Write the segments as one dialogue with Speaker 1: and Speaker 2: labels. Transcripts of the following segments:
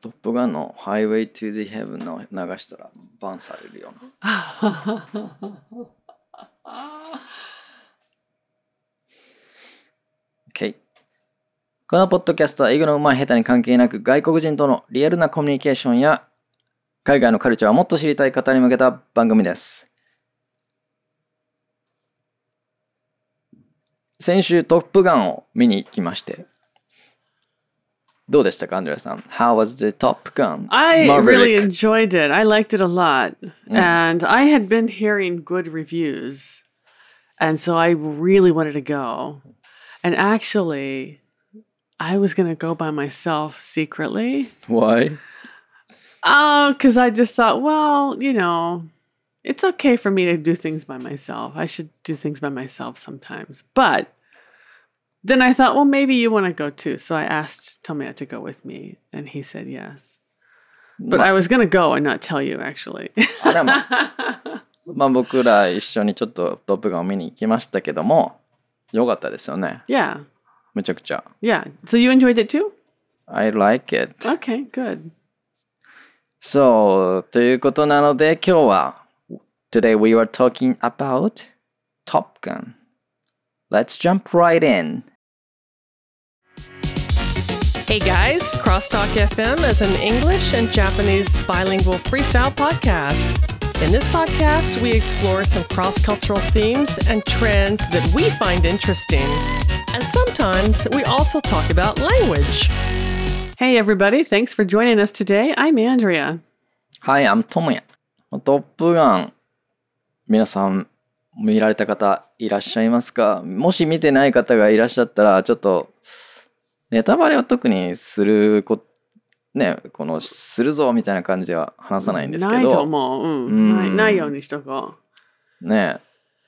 Speaker 1: トップガンのハイウェイトゥ the Heaven の流したらバンされるような。OK。このポッドキャストは英語の上手い下手に関係なく外国人とのリアルなコミュニケーションや海外のカルチャーをもっと知りたい方に向けた番組です。先週トップガンを見に行きまして。どうでしたか、アンジェラさん。How was the Top Gun?
Speaker 2: I really
Speaker 1: Maverick?
Speaker 2: enjoyed it. I liked it a lot. And I had been hearing good reviews. And so I really wanted to go. And actually, I was going to go by myself secretly.
Speaker 1: Why?
Speaker 2: Oh, because I just thought, well, you know, it's okay for me to do things by myself. I should do things by myself sometimes. But then I thought, well, maybe you want to go too. So I asked Tomia to go with me, and he said yes. But I was going to go and not tell you, actually.
Speaker 1: あらま。まあ僕ら一緒にちょっとトップガンを見に行きましたけども、良かったですよね。
Speaker 2: yeah.
Speaker 1: めちゃくちゃ。
Speaker 2: Yeah. So you enjoyed it too?
Speaker 1: I like it.
Speaker 2: Okay, good.
Speaker 1: そう、ということなので今日は、Today we are talking about Top Gun. Let's jump right in.
Speaker 3: Hey guys, Crosstalk FM is an English and Japanese bilingual freestyle podcast. In this podcast, we explore some cross cultural themes and trends that we find interesting. And sometimes we also talk about language.
Speaker 2: Hey, everybody. Thanks for joining us today. I'm Andrea.
Speaker 1: Hi, I'm Tomoya. トップガン、皆さん見られた方いらっしゃいますかもし見てない方がいらっしゃったら、ちょっとネタバレを特にするこ、ね、このするぞみたいな感じでは話さないんですけど、うん。
Speaker 2: ないと思う。うん。ないようにしとこう。
Speaker 1: ね、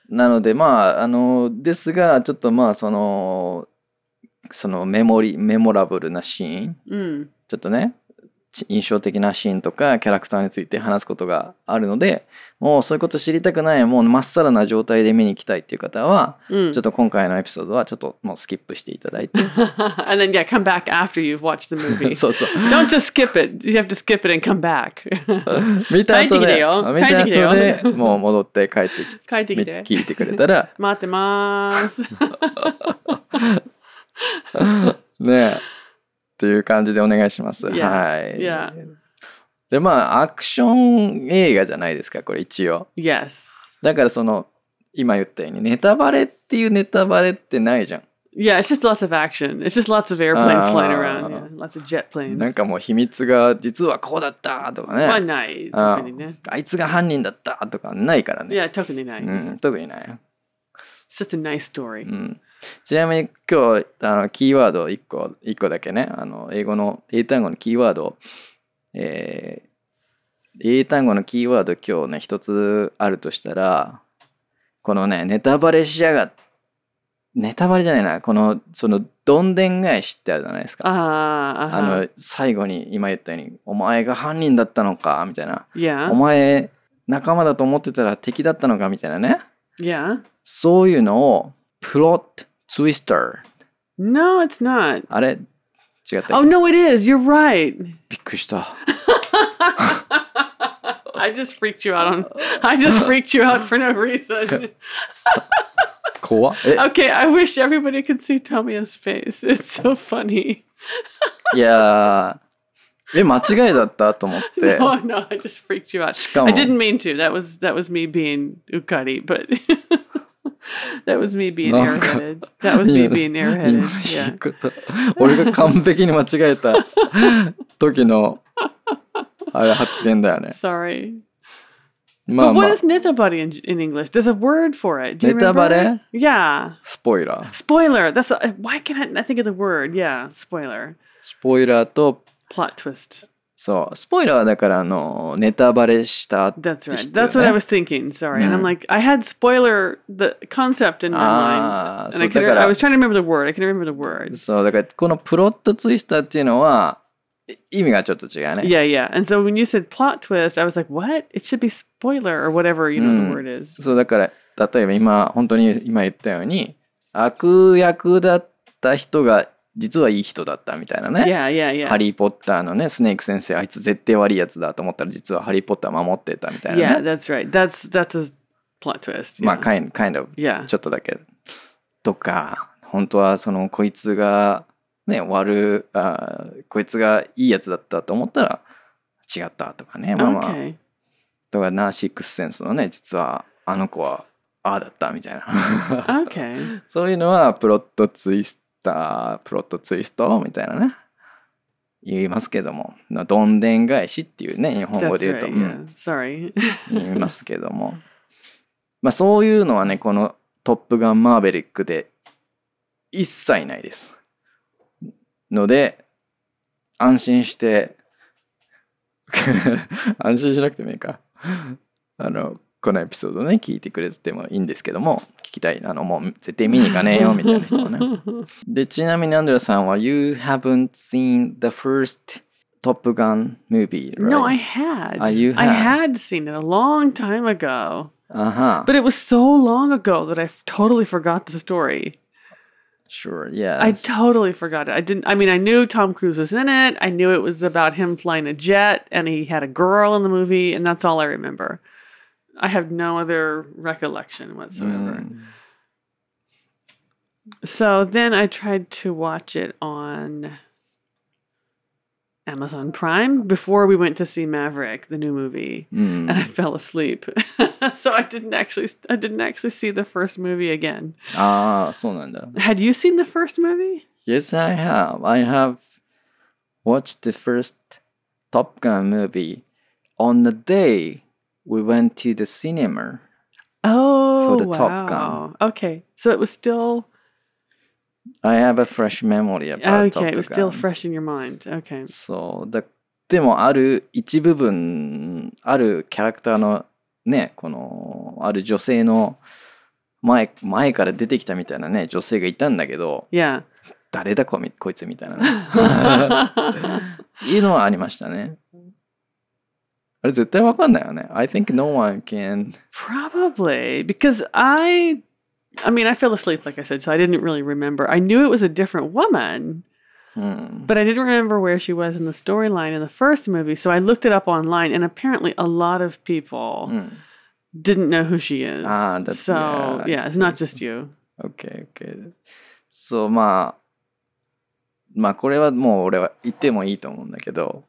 Speaker 1: なのでまあ、あの、ですが、ちょっとまあ、その、そのメモリ、メモラブルなシーン、ちょっとね、ち印象的なシーンとかキャラクターについて話すことがあるので、もうそういうこと知りたくない、もうまっさらな状態で見に行きたいっていう方は、ちょっと今回のエピソードはちょっともうスキップしていただい て、
Speaker 2: and then yeah, come back after you've watched the movie.
Speaker 1: そうそう。
Speaker 2: Don't just skip it. You have to skip it and come back.
Speaker 1: 見た後
Speaker 2: 帰ってきて
Speaker 1: で、
Speaker 2: よ
Speaker 1: 見た
Speaker 2: 帰ってきてよ
Speaker 1: 後でもう戻って帰ってきて、
Speaker 2: 帰ってきて
Speaker 1: み聞いてくれたら、
Speaker 2: 待ってます。
Speaker 1: ねえ。という感じでお願いします。
Speaker 2: Yeah.
Speaker 1: はい。
Speaker 2: Yeah.
Speaker 1: で、まあ、アクション映画じゃないですか、これ一応。
Speaker 2: yes.
Speaker 1: だからその、今言ったように、ネタバレっていうネタバレってないじゃ
Speaker 2: Yeah, it's just lots of action. It's just lots of airplanes flying around.
Speaker 1: あー。
Speaker 2: Yeah, lots of jet
Speaker 1: ん。
Speaker 2: planes.
Speaker 1: なんかもう秘密が、実はこうだったとかね。あ
Speaker 2: まあない。特にね。
Speaker 1: あいつが犯人だったとかないからね。
Speaker 2: Yeah, 特にない。
Speaker 1: うん、特にない。
Speaker 2: It's just a nice story.
Speaker 1: Mm. ちなみに今日あのキーワード1個一個だけねあの英語の英単語のキーワードを、えー英単語のキーワード今日ね一つあるとしたらこのねネタバレしやがネタバレじゃないなこのそのどんでん返しってあるじゃない
Speaker 2: Uh,
Speaker 1: ですかあ
Speaker 2: ああ、あは。
Speaker 1: の最後に今言ったように「お前が犯人だったのか」みたいな「お
Speaker 2: Yeah,
Speaker 1: 前仲間だと思ってたら敵だったのか」みたいなね
Speaker 2: yeah.
Speaker 1: そういうのをプロットツイスター
Speaker 2: No, it's not.
Speaker 1: あれ違ったっけ
Speaker 2: Oh no, it is. You're right.
Speaker 1: びっくりした。
Speaker 2: I just freaked you out on. I just freaked you out for no reason.
Speaker 1: 怖っえ
Speaker 2: Okay, I wish everybody could see Tomia's face. It's so funny.
Speaker 1: いやー、え、間違いだったと思って。
Speaker 2: Oh no, I just freaked you out.
Speaker 1: Come
Speaker 2: I
Speaker 1: on.
Speaker 2: didn't mean to. That was that was me being ukari, but that was me being
Speaker 1: No, I'm-
Speaker 2: airheaded. That was me
Speaker 1: Yeah.
Speaker 2: being
Speaker 1: 今
Speaker 2: airheaded.
Speaker 1: 言
Speaker 2: Yeah.
Speaker 1: うこと、俺が完璧に間違えた 時の、あれ発言だよね。
Speaker 2: Sorry.
Speaker 1: まあ
Speaker 2: but what
Speaker 1: まあ
Speaker 2: is、netabari in, in English? There's a word for it. Do you remember?
Speaker 1: Netabare?
Speaker 2: Yeah.
Speaker 1: スポイラー。
Speaker 2: Spoiler. That's a, why can't I not think of the word? Yeah, spoiler.
Speaker 1: スポイラーと、
Speaker 2: Plot twist.
Speaker 1: そう、スポイラーはだから、あの、ネタバレしたって
Speaker 2: That's
Speaker 1: 人
Speaker 2: right.
Speaker 1: ね
Speaker 2: That's what I was thinking. Sorry, and I'm like, I had spoiler the concept in my
Speaker 1: Ah,
Speaker 2: mind,
Speaker 1: so
Speaker 2: and I, could,
Speaker 1: that-
Speaker 2: I was trying to remember the word. I can remember the word.
Speaker 1: そう、だから、このプロットツイスターっていうのは、い意味がちょっと違うね。
Speaker 2: Yeah, yeah. And so when you said plot twist, I was like, what? It should be spoiler or whatever you know
Speaker 1: Hmm.
Speaker 2: the word is.
Speaker 1: そうだから例えば今本当に今言ったように悪役だった人が実はいい人だったみたいなね。
Speaker 2: Yeah, yeah, yeah.
Speaker 1: ハリー・ポッターのね、スネーク先生、あいつ絶対悪いやつだと思ったら、実はハリー・ポッター守ってたみたいな
Speaker 2: yeah,
Speaker 1: ね。
Speaker 2: that's right. That's that's a plot twist. Yeah.
Speaker 1: まあ、kind, kind of
Speaker 2: yeah.
Speaker 1: ちょっとだけ。とか、本当はそのこいつがね、悪あー、こいつがいいやつだったと思ったら違ったとかね、まあまあ。
Speaker 2: okay.
Speaker 1: とか、ナーシックスセンスのね、実はあの子はああだったみたいな。
Speaker 2: Okay.
Speaker 1: そういうのはプロットツイスター、プロットツイストみたいなね。言いますけども、のどんでん返しっていうね、日本語
Speaker 2: That's
Speaker 1: で言うと、
Speaker 2: right. Yeah. Sorry.
Speaker 1: うん言いますけども。まあそういうのはね、このトップガンマーベリックで一切ないです。ので、安心して、 安心しなくてもいいか。あの、このエピソードね、聞いてくれてもいいんですけども、聞きたい、あの、もう絶対見に行かねえよみたいな人はね。で、ちなみにアンドレさんは、You haven't seen the first Top Gun movie, right?
Speaker 2: No, I had.
Speaker 1: Ah, you
Speaker 2: I
Speaker 1: had.
Speaker 2: had seen it a long time ago.
Speaker 1: あは
Speaker 2: But it was so long ago that I f- totally forgot the story.
Speaker 1: Sure, yes.
Speaker 2: I totally forgot it. I didn't. I mean, I knew Tom Cruise was in it. I knew it was about him flying a jet, and he had a girl in the movie, and that's all I remember. I have no other recollection whatsoever.
Speaker 1: Mm.
Speaker 2: So then I tried to watch it on Amazon Prime before we went to see Maverick, the new movie,
Speaker 1: Mm.
Speaker 2: and I fell asleep. so I didn't actually. I didn't actually see the first movie again.
Speaker 1: ああ、そうなんだ。
Speaker 2: Had you seen the first movie?
Speaker 1: Yes, I have. I have watched the first Top Gun movie on the day we went to the cinema.
Speaker 2: Oh,
Speaker 1: the Top
Speaker 2: wow. Okay, so it was still
Speaker 1: I have a fresh memory about Top Gun.
Speaker 2: okay. It was still fresh in your mind. Okay.
Speaker 1: そうだでもある一部分あるキャラクターのねこのある女性の前前から出てきたみたいなね女性がいたんだけど
Speaker 2: Yeah.
Speaker 1: 誰だこみこいつみたいなねいうのはありましたねあれ絶対わかんないよね I think no one can
Speaker 2: Probably because I, I mean, I fell asleep, like I said, so I didn't really remember. I knew it was a different woman,
Speaker 1: うん、
Speaker 2: but I didn't remember where she was in the storyline in the first movie. So I looked it up online, and apparently, a lot of people
Speaker 1: うん、
Speaker 2: didn't know who she is.
Speaker 1: Mm. Ah, that's-
Speaker 2: so
Speaker 1: yeah,
Speaker 2: yeah,
Speaker 1: I
Speaker 2: it's
Speaker 1: see,
Speaker 2: not
Speaker 1: I
Speaker 2: just you.
Speaker 1: OKOK そうまあまあこれはもう俺は言ってもいいと思うんだけど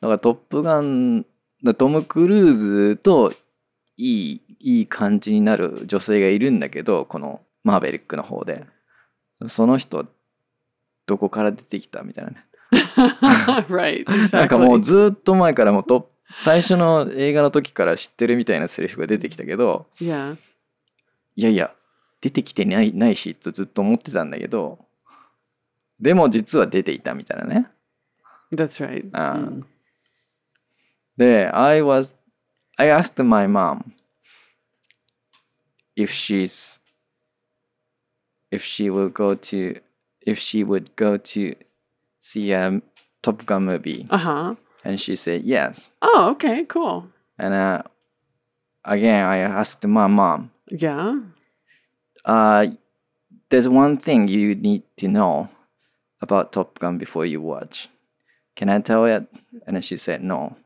Speaker 1: だから「トップガン」だトム・クルーズといいいい感じになる女性がいるんだけどこのマーベリックの方でその人どこから出てきたみたいなね
Speaker 2: right.
Speaker 1: なんかも
Speaker 2: Exactly.
Speaker 1: うずっと前からもうと最初の映画の時から知ってるみたいなセリフが出てきたけど
Speaker 2: Yeah.
Speaker 1: いやいや出てきてないないしとずっと思ってたんだけどでも実は出ていたみたいなね。
Speaker 2: That's right. Mm.
Speaker 1: あーで、I was, I asked my mom if she's, if she will go to, if she would go to see a Top Gun movie.
Speaker 2: Uh huh.
Speaker 1: And she said yes.
Speaker 2: Oh, okay, cool.
Speaker 1: And uh, again, I asked my mom,
Speaker 2: Yeah.
Speaker 1: uh, there's one thing you need to know about Top Gun before you watch. Can I tell it? And then she said, no,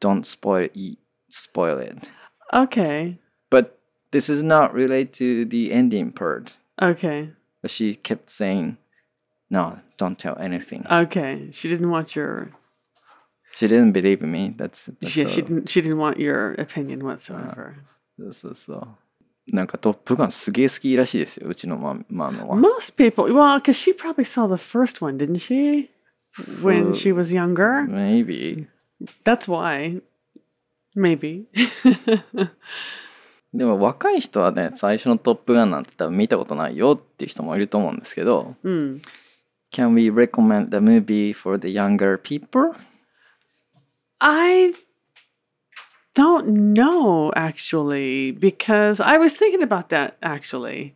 Speaker 1: don't spoil it. Spoil it.
Speaker 2: Okay.
Speaker 1: But this is not related to the ending part.
Speaker 2: Okay.
Speaker 1: But she kept saying, no, don't tell anything.
Speaker 2: Okay. She didn't want your
Speaker 1: She didn't believe in me. That's, that's
Speaker 2: yeah,
Speaker 1: all.
Speaker 2: she didn't she didn't want your opinion whatsoever.
Speaker 1: そうそうそう。なんかトップガンすげえ好きらしいですよ、うちのマママは。
Speaker 2: Most people well, because she probably saw the first one, didn't she? When
Speaker 1: Uh,
Speaker 2: she was younger.
Speaker 1: Maybe.
Speaker 2: That's why. Maybe.
Speaker 1: でも若い人はね、最初のトップガンなんて多分見たことないよっていう人もいると思うんですけど、
Speaker 2: Hmm.
Speaker 1: Can we recommend the movie for the younger people?
Speaker 2: I don't know actually, because I was thinking about that actually.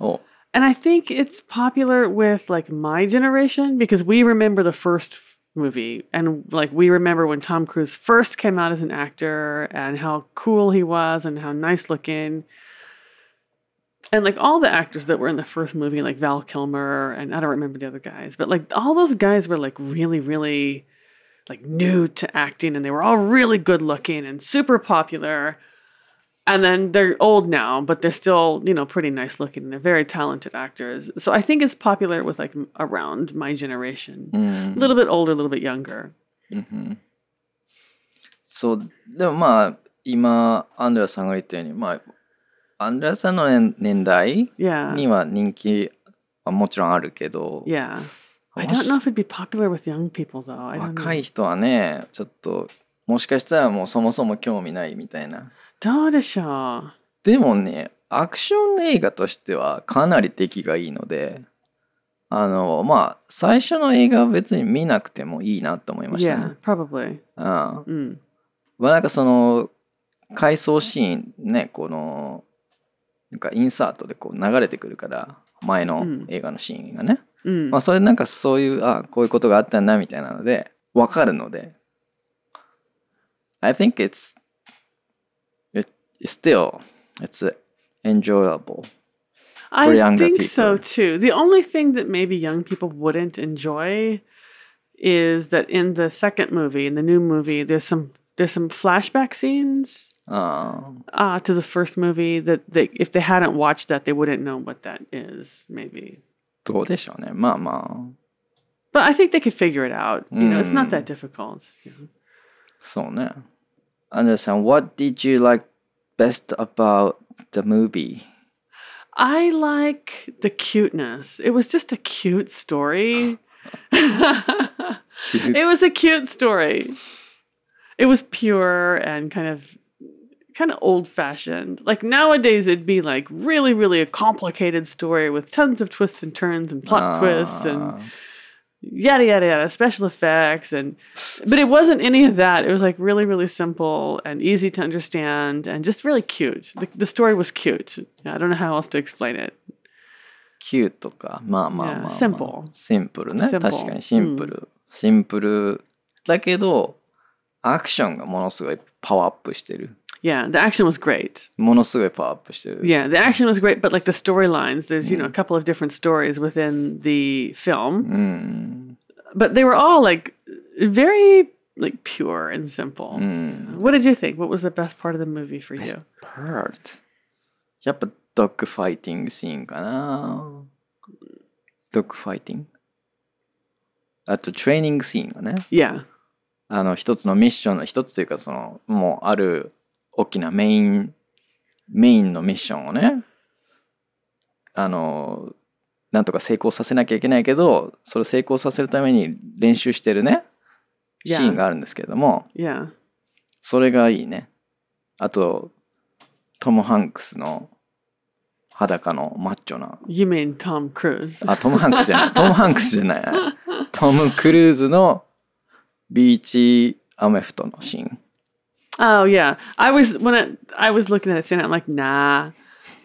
Speaker 1: お
Speaker 2: And I think it's popular with like my generation because we remember the first f- movie and like we remember when Tom Cruise first came out as an actor and how cool he was and how nice looking. and like all the actors that were in the first movie, like Val Kilmer and I don't remember the other guys, but like all those guys were like really, really like new to acting and they were all really good looking and super popular. And then they're old now, but they're still, you know, pretty nice looking and they're very talented actors. So I think it's popular with like m- around my generation.
Speaker 1: Mm-hmm.
Speaker 2: A little bit older, a little bit younger.
Speaker 1: そうでもまあ今アンドレアさんが言ったようにまあアンドレアさんの年年代
Speaker 2: Yeah.
Speaker 1: には人気はもちろんあるけど、
Speaker 2: Yeah. I don't know if it'd be popular with young people though. I don't
Speaker 1: 若
Speaker 2: know.
Speaker 1: い人はねちょっともしかしたらもうそもそも興味ないみたいな
Speaker 2: どうでしょう?
Speaker 1: でもねアクション映画としてはかなり出来がいいのであのまあ最初の映画は別に見なくてもいいなと思いました
Speaker 2: Yeah,
Speaker 1: ね、
Speaker 2: probably.
Speaker 1: うんま
Speaker 2: Mm.
Speaker 1: あなんかその回想シーンねこのなんかインサートでこう流れてくるから前の映画のシーンがね、
Speaker 2: Mm.
Speaker 1: まあそれなんかそういうあこういうことがあったんだみたいなのでわかるので I think it's it, it's still it's enjoyable for
Speaker 2: I
Speaker 1: younger
Speaker 2: think
Speaker 1: people.
Speaker 2: so too. The only thing that maybe young people wouldn't enjoy is that in the second movie, in the new movie, there's some there's some flashback scenes
Speaker 1: あー
Speaker 2: uh, to the first movie that they, if they hadn't watched that, they wouldn't know what that is. Maybe,
Speaker 1: どうでしょうねまあまあ
Speaker 2: but I think they could figure it out. You know, it's not
Speaker 1: Mm.
Speaker 2: that difficult. you know.
Speaker 1: そうね Anderson what did you like best about the movie?
Speaker 2: I like the cuteness. It was just a cute story. It was a cute story. It was pure and kind of kind of old fashioned. Like nowadays it'd be like really really a complicated story with tons of twists and turns and plot twists and
Speaker 1: あー
Speaker 2: yada yada yada special effects and but it wasn't any of that. It was like really really simple and easy to understand and just really cute. The, the story was cute. I don't know how else to explain it.
Speaker 1: キュートかまあまあまあ、まあ、
Speaker 2: Yeah, simple.
Speaker 1: シンプルね
Speaker 2: Simple.
Speaker 1: 確かにシンプル、シンプルだけどアクションがものすごいパワーアップしてる
Speaker 2: Yeah, the action was great.
Speaker 1: ものすごいパワーアップしてる
Speaker 2: Yeah, the action was great, but like the storylines, there's you know a couple of different stories within the
Speaker 1: Mm.
Speaker 2: film,
Speaker 1: うん、
Speaker 2: but they were all like very like pure and simple.
Speaker 1: うん、
Speaker 2: What did you think? What was the best part of the movie for
Speaker 1: Best
Speaker 2: you?
Speaker 1: part やっぱドッグファイティングシーンかなドッグファイティングあとトレーニングシーンがね
Speaker 2: Yeah,
Speaker 1: あの一つのミッションの一つというかそのもうある大きなメインメインのミッションをねあのなんとか成功させなきゃいけないけどそれを成功させるために練習してるねシ
Speaker 2: Yeah.
Speaker 1: ーンがあるんですけれども、
Speaker 2: yeah,
Speaker 1: それがいいねあとトム・ハンクスの裸のマッチョな
Speaker 2: you mean Tom Cruise?
Speaker 1: あトム・ハンクスじゃない トム・ハンクスじゃないトム・クルーズのビーチアメフトのシーン
Speaker 2: Oh yeah, I was when it, I was looking at it, saying I'm like nah,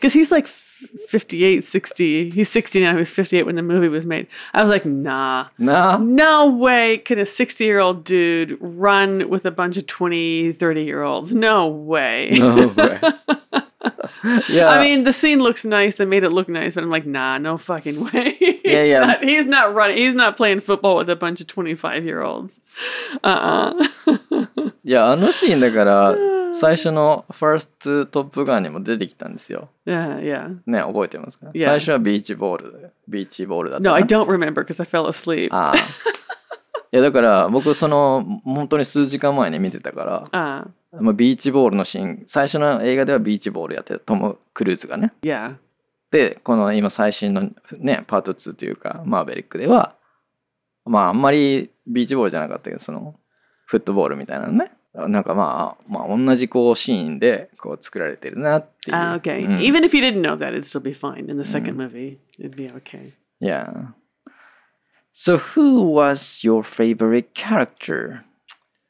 Speaker 2: because he's like f- 58, 60. He's 60 now. He was 58 when the movie was made. I was like nah.
Speaker 1: なあ
Speaker 2: No way can a 60 year old dude run with a bunch of 20, 30 year olds. No way.
Speaker 1: No way. yeah.
Speaker 2: I mean, the scene looks nice. They made it look nice, but I'm like, nah, no fucking way. he's
Speaker 1: Yeah, yeah.
Speaker 2: Not, he's not running. He's not playing football with a bunch of 25 year olds. Uh uh
Speaker 1: いや、あのシーンだから、最初のファーストトップガンにも出てきたんですよ。
Speaker 2: yeah, yeah.
Speaker 1: ね、覚えてますか
Speaker 2: Yeah.
Speaker 1: 最初はビーチボール、ビーチボールだった
Speaker 2: No,
Speaker 1: な。
Speaker 2: I don't remember because I fell asleep.
Speaker 1: ああいや、だから僕、その、本当に数時間前に見てたから、
Speaker 2: Uh,
Speaker 1: まあ、ビーチボールのシーン、最初の映画ではビーチボールやってた、トム・クルーズがね。
Speaker 2: yeah.
Speaker 1: で、この今最新のね、パート2というか、マーベリックでは、まああんまりビーチボールじゃなかったけど、そのフットボールみたいなのね。なんかまあ、まあ同じこうシーンでこう作られてるなっていう。
Speaker 2: Ah, okay.
Speaker 1: うん
Speaker 2: Even if you didn't know that, it'd still be fine in the second movie. It'd be okay.
Speaker 1: yeah. So who was your favorite character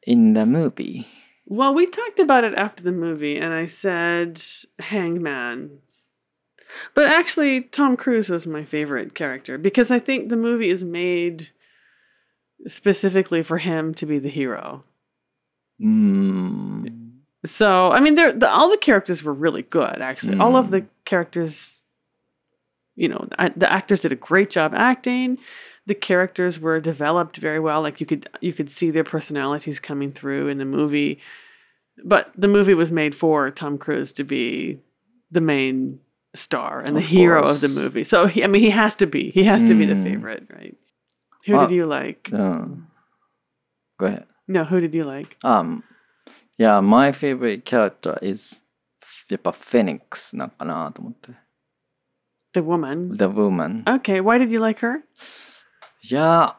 Speaker 1: in the movie?
Speaker 2: Well, we talked about it after the movie, and I said Hangman. But actually, Tom Cruise was my favorite character because I think the movie is made specifically for him to be the hero.
Speaker 1: うーん。Hmm.
Speaker 2: So, I mean, they're, the, all the characters were really good, actually. All of the characters you know, I, the actors did a great job acting. The characters were developed very well. Like you could you could see their personalities coming through in the movie. But the movie was made for Tom Cruise to be the main star and the
Speaker 1: Of
Speaker 2: hero
Speaker 1: course.
Speaker 2: of the movie. So he, I mean, he has to be. He has to be the
Speaker 1: Mm.
Speaker 2: favorite, right? Who
Speaker 1: Well,
Speaker 2: did you like?
Speaker 1: Um, go ahead.
Speaker 2: No, who did you like?
Speaker 1: Um, yeah, my favorite character is やっぱ Phoenix なんかなと思って。
Speaker 2: The woman.
Speaker 1: The Woman。
Speaker 2: Okay, why did you like her?
Speaker 1: いや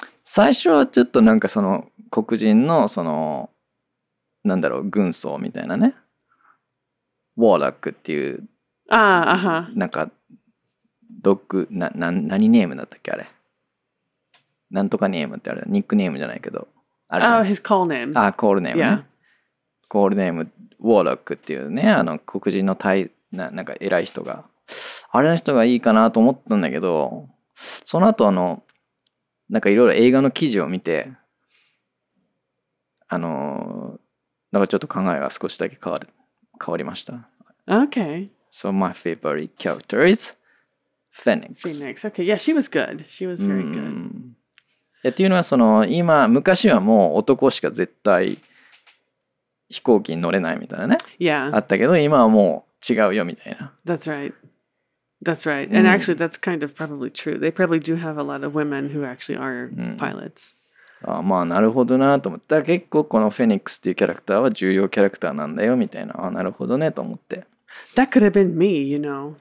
Speaker 1: ー最初はちょっとなんかその黒人のそのなんだろう軍曹みたいなねウォーラックっていう
Speaker 2: Ah, uh huh.
Speaker 1: なんかドッグなな何ネームだったっけあれなんとかネームってあれニックネームじゃないけどあれじゃ
Speaker 2: Oh,
Speaker 1: ん
Speaker 2: his call name.
Speaker 1: あコールネームね、
Speaker 2: Yeah.
Speaker 1: コールネームウォーラックっていうねあの黒人の大ななんか偉い人があれの人がいいかなと思ったんだけどその後あのなんかいろいろ映画の記事を見てあのなんかちょっと考えが少しだけ変わる変わりました。
Speaker 2: Okay.
Speaker 1: So my favorite character is Phoenix.
Speaker 2: Phoenix. Okay. Yeah, she was good. She was
Speaker 1: う
Speaker 2: very
Speaker 1: ん
Speaker 2: good.
Speaker 1: いやっていうのはその今昔はもう男しか絶対飛行機に乗れないみたいなね
Speaker 2: Yeah.
Speaker 1: あったけど今はもう違うよみたいな
Speaker 2: That's right. That's right. And actually, that's kind of probably true. They probably do have a lot of women who actually are pilots.
Speaker 1: あまあなるほどなと思ってだから結構このフェニックスっていうキャラクターは重要キャラクターなんだよみたいなあなるほどねと思って
Speaker 2: That could have been me, you know.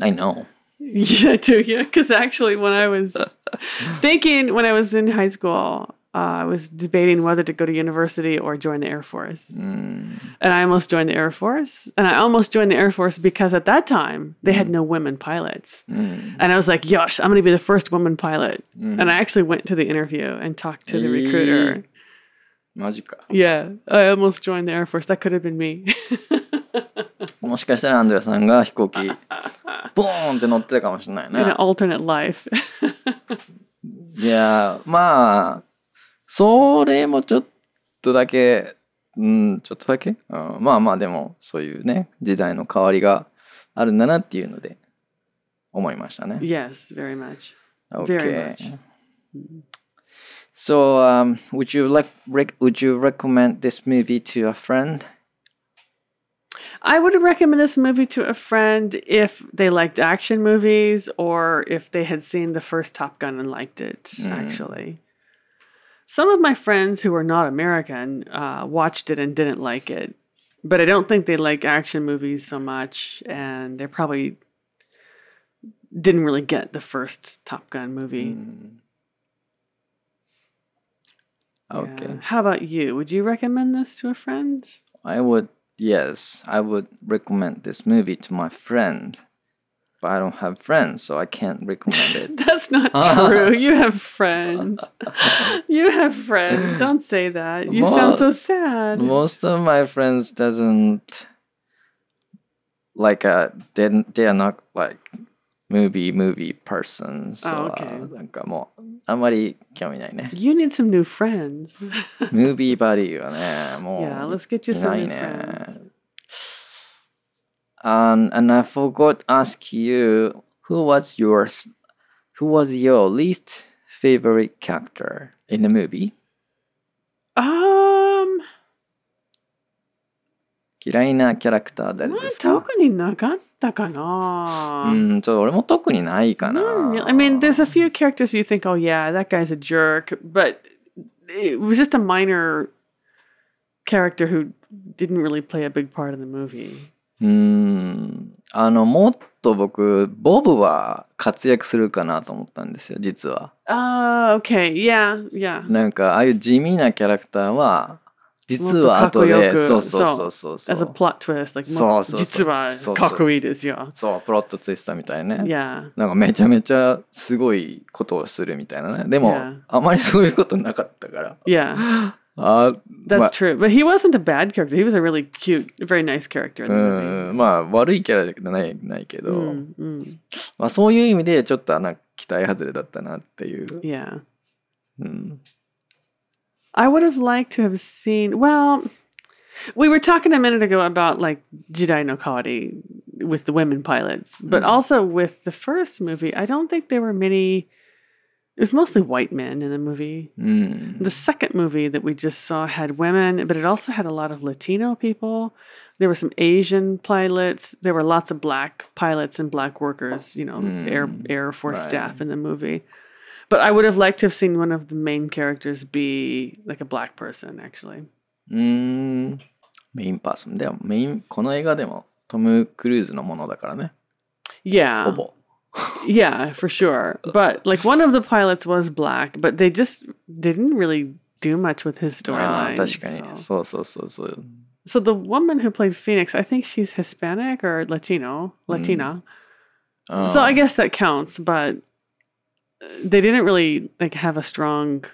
Speaker 1: I know
Speaker 2: Yeah, too. Yeah, because actually, when I was thinking, when I was in high school, uh, I was debating whether to go to university or join the Air Force.
Speaker 1: うん、
Speaker 2: And I almost joined the Air Force. And I almost joined the Air Force because at that time, they had no women pilots.
Speaker 1: うん、
Speaker 2: And I was like, "Yosh, I'm going to be the first woman pilot." And I actually went to the interview and talked to the recruiter.
Speaker 1: マジか
Speaker 2: Yeah, I almost joined the Air Force. That could have been me.
Speaker 1: もしかしたらアンドレアさんが飛 行機ボーンって乗ってたかもしれない
Speaker 2: In an
Speaker 1: ね
Speaker 2: alternate life.
Speaker 1: いやーまあそれもちょっとだけうんちょっとだけ、うん、まあまあでもそういうね時代の変わりがあるんだなっていうので思いましたね。
Speaker 2: yes, very much. Very
Speaker 1: Okay.
Speaker 2: much.
Speaker 1: So um, would you like rec- would you recommend this movie to a friend?
Speaker 2: I would recommend this movie to a friend if they liked action movies or if they had seen the first Top Gun and liked it, actually. Some of my friends who are not American uh, watched it and didn't like it, but I don't think they like action movies so much, and they probably didn't really get the first Top Gun movie.
Speaker 1: Hmm. Okay.
Speaker 2: Yeah. How about you? Would you recommend this to a friend?
Speaker 1: I would yes, I would recommend this movie to my friend. But I don't have friends, so I can't recommend it.
Speaker 2: That's not true. You have friends. You have friends. Don't say that. You sound so sad.
Speaker 1: Most of my friends doesn't like uh they they are not like movie movie persons. uh,
Speaker 2: Oh, okay.
Speaker 1: なんかもうあんまり興味ないね。
Speaker 2: You need some new friends.
Speaker 1: movie buddy はねもう
Speaker 2: Yeah, let's get you
Speaker 1: い
Speaker 2: some
Speaker 1: ない
Speaker 2: new
Speaker 1: ね
Speaker 2: friends.。
Speaker 1: Um, and I forgot ask you who was your who was your least favorite character in the movie?
Speaker 2: Um,
Speaker 1: 嫌いなキャラクター誰ですか？
Speaker 2: 特になかったかな。
Speaker 1: うん、ちょっと俺も特にないかな。
Speaker 2: Mm, I mean, there's a few characters you think, oh yeah, that guy's a jerk, but it was just a minor character who didn't really play a big part in the movie.
Speaker 1: うん、あの、もっと僕、ボブは活躍するかなと思ったんですよ、実は。
Speaker 2: Oh, okay, yeah, yeah.
Speaker 1: なんか、ああいう地味なキャラクターは、実は
Speaker 2: もっとかっこ
Speaker 1: 後
Speaker 2: よく
Speaker 1: で、そうそうそうそうそ
Speaker 2: as a
Speaker 1: う。
Speaker 2: plot twist, like
Speaker 1: そうそうそう。そうそう。
Speaker 2: 実はかっこいいですよ。
Speaker 1: そう、プロットツイスターみたいなね。
Speaker 2: Yeah.
Speaker 1: なんかめちゃめちゃすごいことをするみたいなね。でも
Speaker 2: Yeah、
Speaker 1: あまりそういうことなかったから。
Speaker 2: Yeah.
Speaker 1: あ
Speaker 2: That's
Speaker 1: まあ
Speaker 2: true. But he wasn't a bad character. He was a really cute, very nice character in
Speaker 1: う
Speaker 2: the movie.
Speaker 1: ん、まあ悪いキャラじゃないないけど、
Speaker 2: Mm, mm.
Speaker 1: まあ、そういう意味でちょっとあの期待外れだったなっていう。
Speaker 2: Yeah.
Speaker 1: うん
Speaker 2: I would have liked to have seen, well, We were talking a minute ago about like Jedi no Kawadi with the women pilots, but also with the first movie, I don't think there were many. It was mostly white men in the movie.
Speaker 1: Mm.
Speaker 2: The second movie that we just saw had women, but it also had a lot of Latino people. There were some Asian pilots. There were lots of black pilots and black workers, you know, air air force
Speaker 1: right.
Speaker 2: staff in the movie. But I would have liked to have seen one of the main characters be like a black person, actually.
Speaker 1: うーんメインパーソンでもメインこの映画でもトム・クルーズのものだからね
Speaker 2: Yeah.
Speaker 1: ほぼ
Speaker 2: Yeah, for sure. But like one of the pilots was black, but they just didn't really do much with his
Speaker 1: ああ
Speaker 2: storyline.
Speaker 1: 確かに
Speaker 2: so.
Speaker 1: そうそうそうそう
Speaker 2: So the woman who played Phoenix, I think she's Hispanic or Latino, Latina.
Speaker 1: うん
Speaker 2: So I guess that counts, but uh, they didn't really like have a strong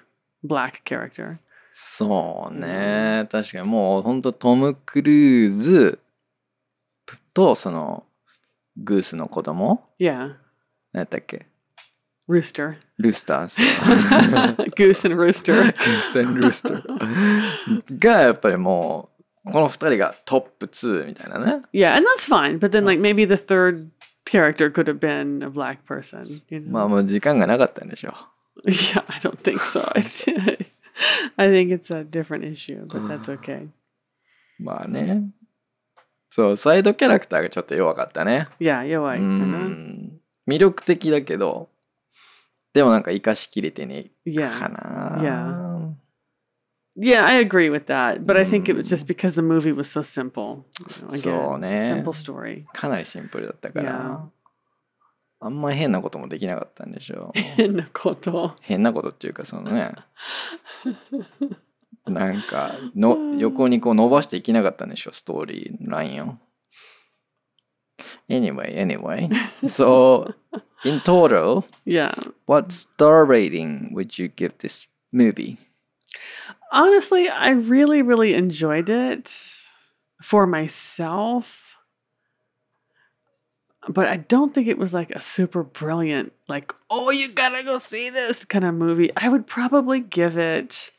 Speaker 2: black character.
Speaker 1: そうね確かにもうほんとトム・クルーズとそのグースの子供
Speaker 2: Yeah,
Speaker 1: 何やったっけ
Speaker 2: rooster,
Speaker 1: ルスターそう
Speaker 2: goose and rooster.
Speaker 1: セン・ルスターがやっぱりもうこの2人がトップ2みたいなね
Speaker 2: Yeah, and that's fine. But then like maybe the third character could have been a black person. You know?
Speaker 1: まあもう時間がなかったんでしょう
Speaker 2: Yeah, I don't think so. I, th- I think it's a different issue, but that's okay.
Speaker 1: まあね。そう、サイドキャラクターがちょっと弱かったね。
Speaker 2: Yeah, you're
Speaker 1: う
Speaker 2: right.
Speaker 1: ん。魅力的だけど、でもなんか生かしきれてねえ
Speaker 2: Yeah.
Speaker 1: かな。
Speaker 2: いや Yeah, I agree with that. But I think it was just because the movie was so simple. You know,
Speaker 1: So,
Speaker 2: again,
Speaker 1: né.
Speaker 2: simple story.
Speaker 1: かなりシンプルだったか
Speaker 2: Yeah.
Speaker 1: ら、あんまり変なこともできなかったんでしょう。
Speaker 2: Nakoto.
Speaker 1: 変なことっていうか、そのね。なんかの横にこう伸ばしていけなかったんでしょうストーリーラインを。Anyway, anyway. So, in total,
Speaker 2: Yeah.
Speaker 1: What star rating would you give this movie?
Speaker 2: Honestly, I really, really enjoyed it for myself. But I don't think it was like a super brilliant, like, oh, you gotta go see this kind of movie. I would probably give it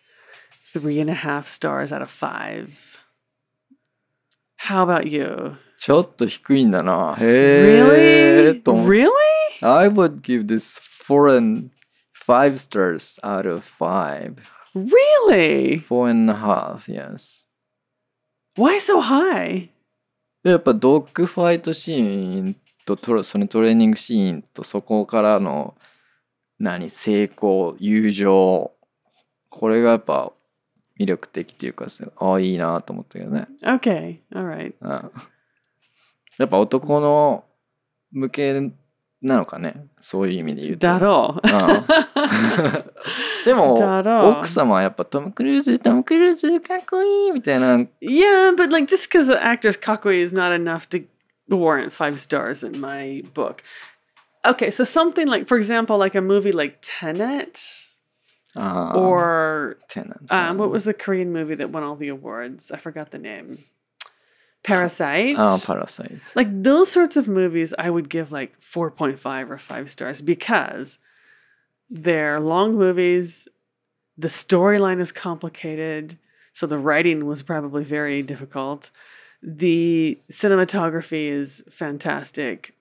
Speaker 2: three and a half stars out of five. How about you?
Speaker 1: ちょっと低いんだな。へえ
Speaker 2: really?
Speaker 1: と思って
Speaker 2: Really?
Speaker 1: I would give this four and five stars out of five.
Speaker 2: Really?
Speaker 1: Four and a half, yes.
Speaker 2: Why so high?
Speaker 1: でやっぱドッグファイトシーンとトレそのトレーニングシーンとそこからの何成功友情これがやっぱ魅力的っていうかああいいなと思ったけどね。
Speaker 2: Okay. All right.
Speaker 1: うんやっぱ男の向けなのかねそういう意味で言うと。
Speaker 2: Daro.
Speaker 1: うん でも
Speaker 2: だろう
Speaker 1: 奥様はやっぱトム・クルーズトム・クルーズかっこいいみたいな
Speaker 2: Yeah, but like just because the actor's cockaway is not enough to warrant five stars in my book. Okay, so something like, for example, like a movie like Tenet
Speaker 1: あー
Speaker 2: or
Speaker 1: ってなんだ
Speaker 2: um, what was the Korean movie that won all the awards? I forgot the name. Parasite.
Speaker 1: あーパラサイト。
Speaker 2: like those sorts of movies, I would give like 4.5 or 5 stars because they're long movies. The storyline is complicated. So the writing was probably very difficult. The cinematography is fantastic.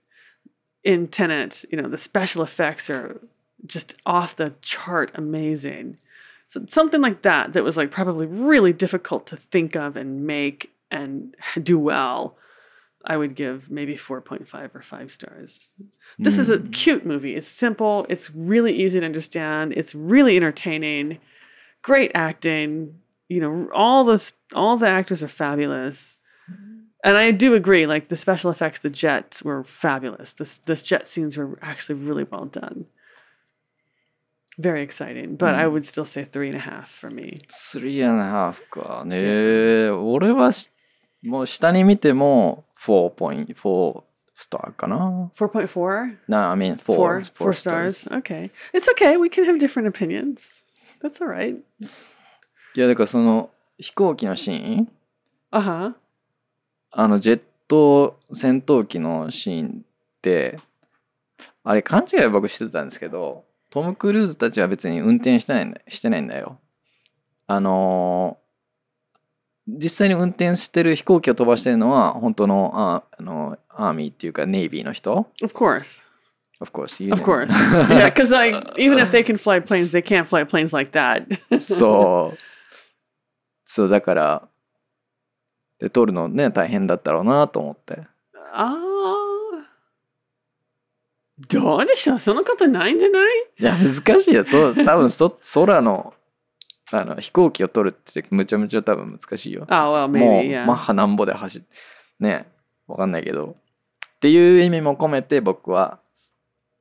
Speaker 2: In Tenet, you know, the special effects are just off the chart amazing. So something like that, that was like probably really difficult to think of and make and do well. I would give maybe 4.5 or 5 stars. This is a
Speaker 1: Hmm.
Speaker 2: cute movie. It's simple, it's really easy to understand, it's really entertaining, great acting. You know, all the all the actors are fabulous. And I do agree like the special effects, the jets were fabulous. This this jet scenes were actually really well done. Very exciting, but I would still say three and a half for me.
Speaker 1: 3 and a half かねえ俺はしもう下に見ても4.4スターかな。
Speaker 2: Four point four.
Speaker 1: な、I mean 4,
Speaker 2: four four stars okay it's okay we can have different opinions that's all right
Speaker 1: いやだからその飛行機のシーン
Speaker 2: uh-huh
Speaker 1: あのジェット戦闘機のシーンってあれ勘違い僕してたんですけどトム・クルーズたちは別に運転してないんだしてないんだよ。あの実際に運転してる飛行機を飛ばしてるのは本当のああのアーミーっていうかネイビーの人
Speaker 2: Of course.
Speaker 1: Of course. you
Speaker 2: Of
Speaker 1: know.
Speaker 2: course. yeah, because like even if they can fly planes, they can't fly planes like that.
Speaker 1: そう。そう、だから、で、撮るのね、大変だったろうなと思って。
Speaker 2: あーどうでしょうそのことないんじゃない
Speaker 1: いや、難しいよ。と多分そ 空の、あの、飛行機を撮るって、むちゃむちゃ多分難しいよ。
Speaker 2: あ、oh, well,
Speaker 1: もう
Speaker 2: maybe, yeah.
Speaker 1: マッハなんぼで走っねわかんないけどっていう意味も込めて僕は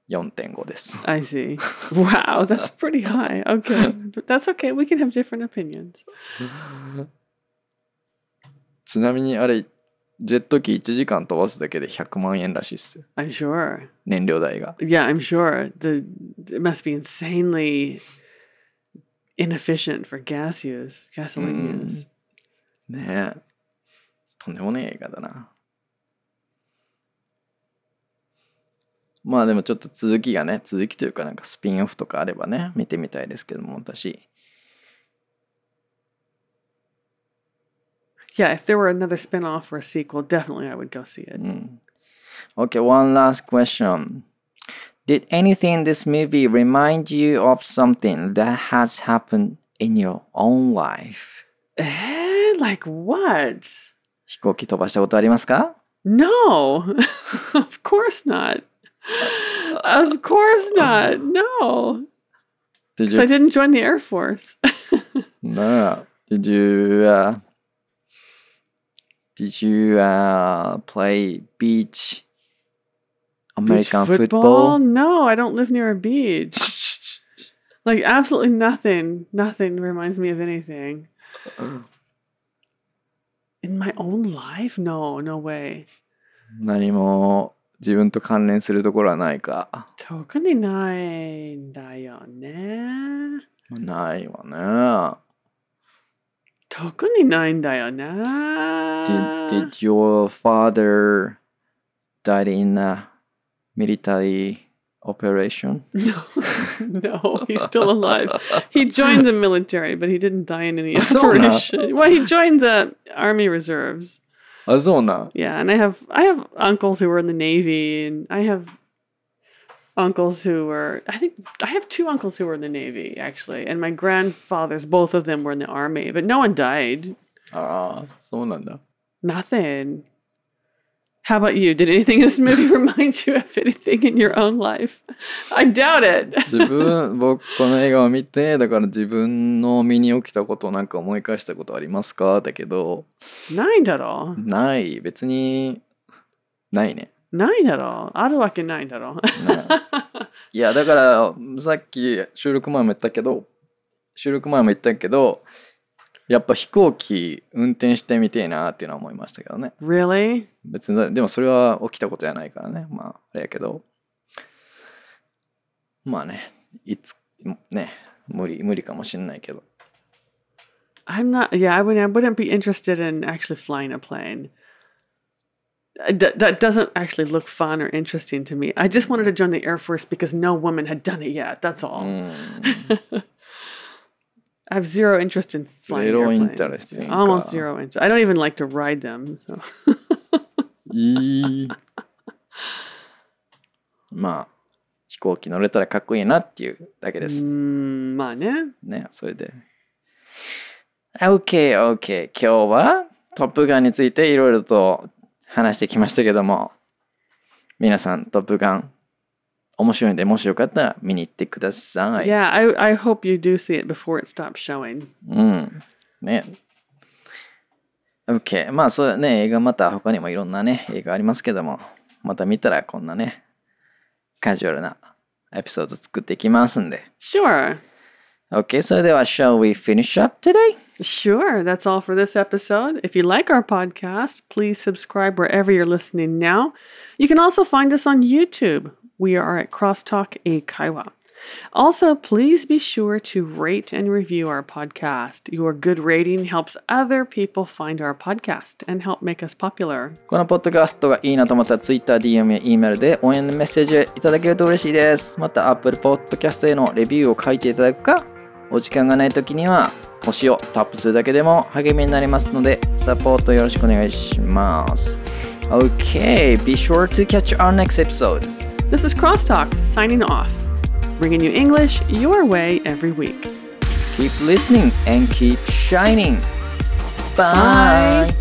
Speaker 1: 4.5です
Speaker 2: I see. Wow, that's pretty high. Okay. But that's okay. We can have different opinions.
Speaker 1: ちなみにあれジェット機1時間飛ばすだけで100万円らしいっすよ
Speaker 2: I'm sure.
Speaker 1: 燃料代が
Speaker 2: Yeah, I'm sure. The it must be insanely inefficient for gas use, gasoline
Speaker 1: Mm.
Speaker 2: use.
Speaker 1: ねえとんでもねえ映画だなまあでもちょっと続きがね続きというかなんかスピンオフとかあればね見てみたいですけども私
Speaker 2: Yeah, if there were another spin-off or a sequel, definitely I would go see it.
Speaker 1: Okay, one last question. Did anything in this movie remind you of something that has happened in your own life?
Speaker 2: Eh, like what?
Speaker 1: 飛行機飛ばしたことありますか
Speaker 2: No. of course not. Of course not. No.
Speaker 1: ？Did
Speaker 2: Because I didn't join the Air Force.
Speaker 1: no? Did you uh, did you uh, play beach American
Speaker 2: Beach
Speaker 1: football?
Speaker 2: No, I don't live near a beach. like absolutely nothing. Nothing reminds me of anything. In my own life? No, no way.
Speaker 1: 何も自分と関連するところはないか。
Speaker 2: 特にないんだよね。
Speaker 1: ないわね。
Speaker 2: 特にないんだよな。
Speaker 1: Did, did your father died in a military operation?
Speaker 2: No, no, he's still alive. He joined the military, but he didn't die in any
Speaker 1: That's all right.
Speaker 2: operation. Well, he joined the army reserves.
Speaker 1: あ、そうなん。
Speaker 2: Yeah, and I have I have uncles who were in the navy, and I have uncles who were I think I have two uncles who were in the navy actually, and my grandfathers both of them were in the army, but no one died.
Speaker 1: ああ、そうなんだ。
Speaker 2: Nothing. How about you? Did anything in this movie remind you of anything in your own life? I doubt it.
Speaker 1: 自分、僕、この映画を見て、だから自分の身に起きたことをなんか思い返したことありますかだけど、
Speaker 2: ないだろう。
Speaker 1: ない。別に、ないね。
Speaker 2: ないだろう。あるわけないだろう。
Speaker 1: ないいや、だから、さっき収録前も言ったけど、収録前も言ったけど、やっぱ飛行機運転してみてえなっていうのは思いましたけどね。
Speaker 2: really?
Speaker 1: 別にでもそれは起きたことじゃないからねまああれやけどまあねいつね無理無理かもしんないけど
Speaker 2: I'm not. Yeah, I wouldn't. I wouldn't be interested in actually flying a plane. Uh, That that doesn't actually look fun or interesting to me. I just wanted to join the Air Force because no woman had done it yet. That's
Speaker 1: う
Speaker 2: all.
Speaker 1: ん
Speaker 2: I have zero interest in flying
Speaker 1: Zero
Speaker 2: airplanes.
Speaker 1: interesting.
Speaker 2: Almost zero interest. I don't even like to ride them. So.
Speaker 1: いいまあ飛行機乗れたらかっこいいなっていうだけです、
Speaker 2: Mm, まあね。
Speaker 1: ねそれで OKOK 今日は「トップガン」についていろいろと話してきましたけども皆さん「トップガン」面白いんでもしよかったら見に行ってください、
Speaker 2: Yeah, I I hope you do see it before it stops showing.
Speaker 1: うんね OK まあそうね映画また他にもいろんなね映画ありますけどもまた見たらこんなねカジュアルなエピソード作っていきますんで
Speaker 2: Sure.
Speaker 1: OK それでは Shall we finish up today?
Speaker 2: Sure, that's all for this episode. If you like our podcast, please subscribe wherever you're listening now. You can also find us on YouTube. We are at Crosstalk A Kaiwa. Also, please be sure to rate and review our podcast. Your good rating helps other people find our podcast and help make us popular.
Speaker 1: このポッドキャストがいいなと思ったら Twitter、DM や E メールで応援のメッセージをいただけると嬉しいです。また Apple Podcast へのレビューを書いていただくか、お時間がない時には星をタップするだけでも励みになりますのでサポートよろしくお願いします。Okay, be sure to catch our next episode.
Speaker 2: This is Crosstalk signing off, bringing you English your way every week.
Speaker 1: Keep listening and keep shining. Bye.
Speaker 2: Bye.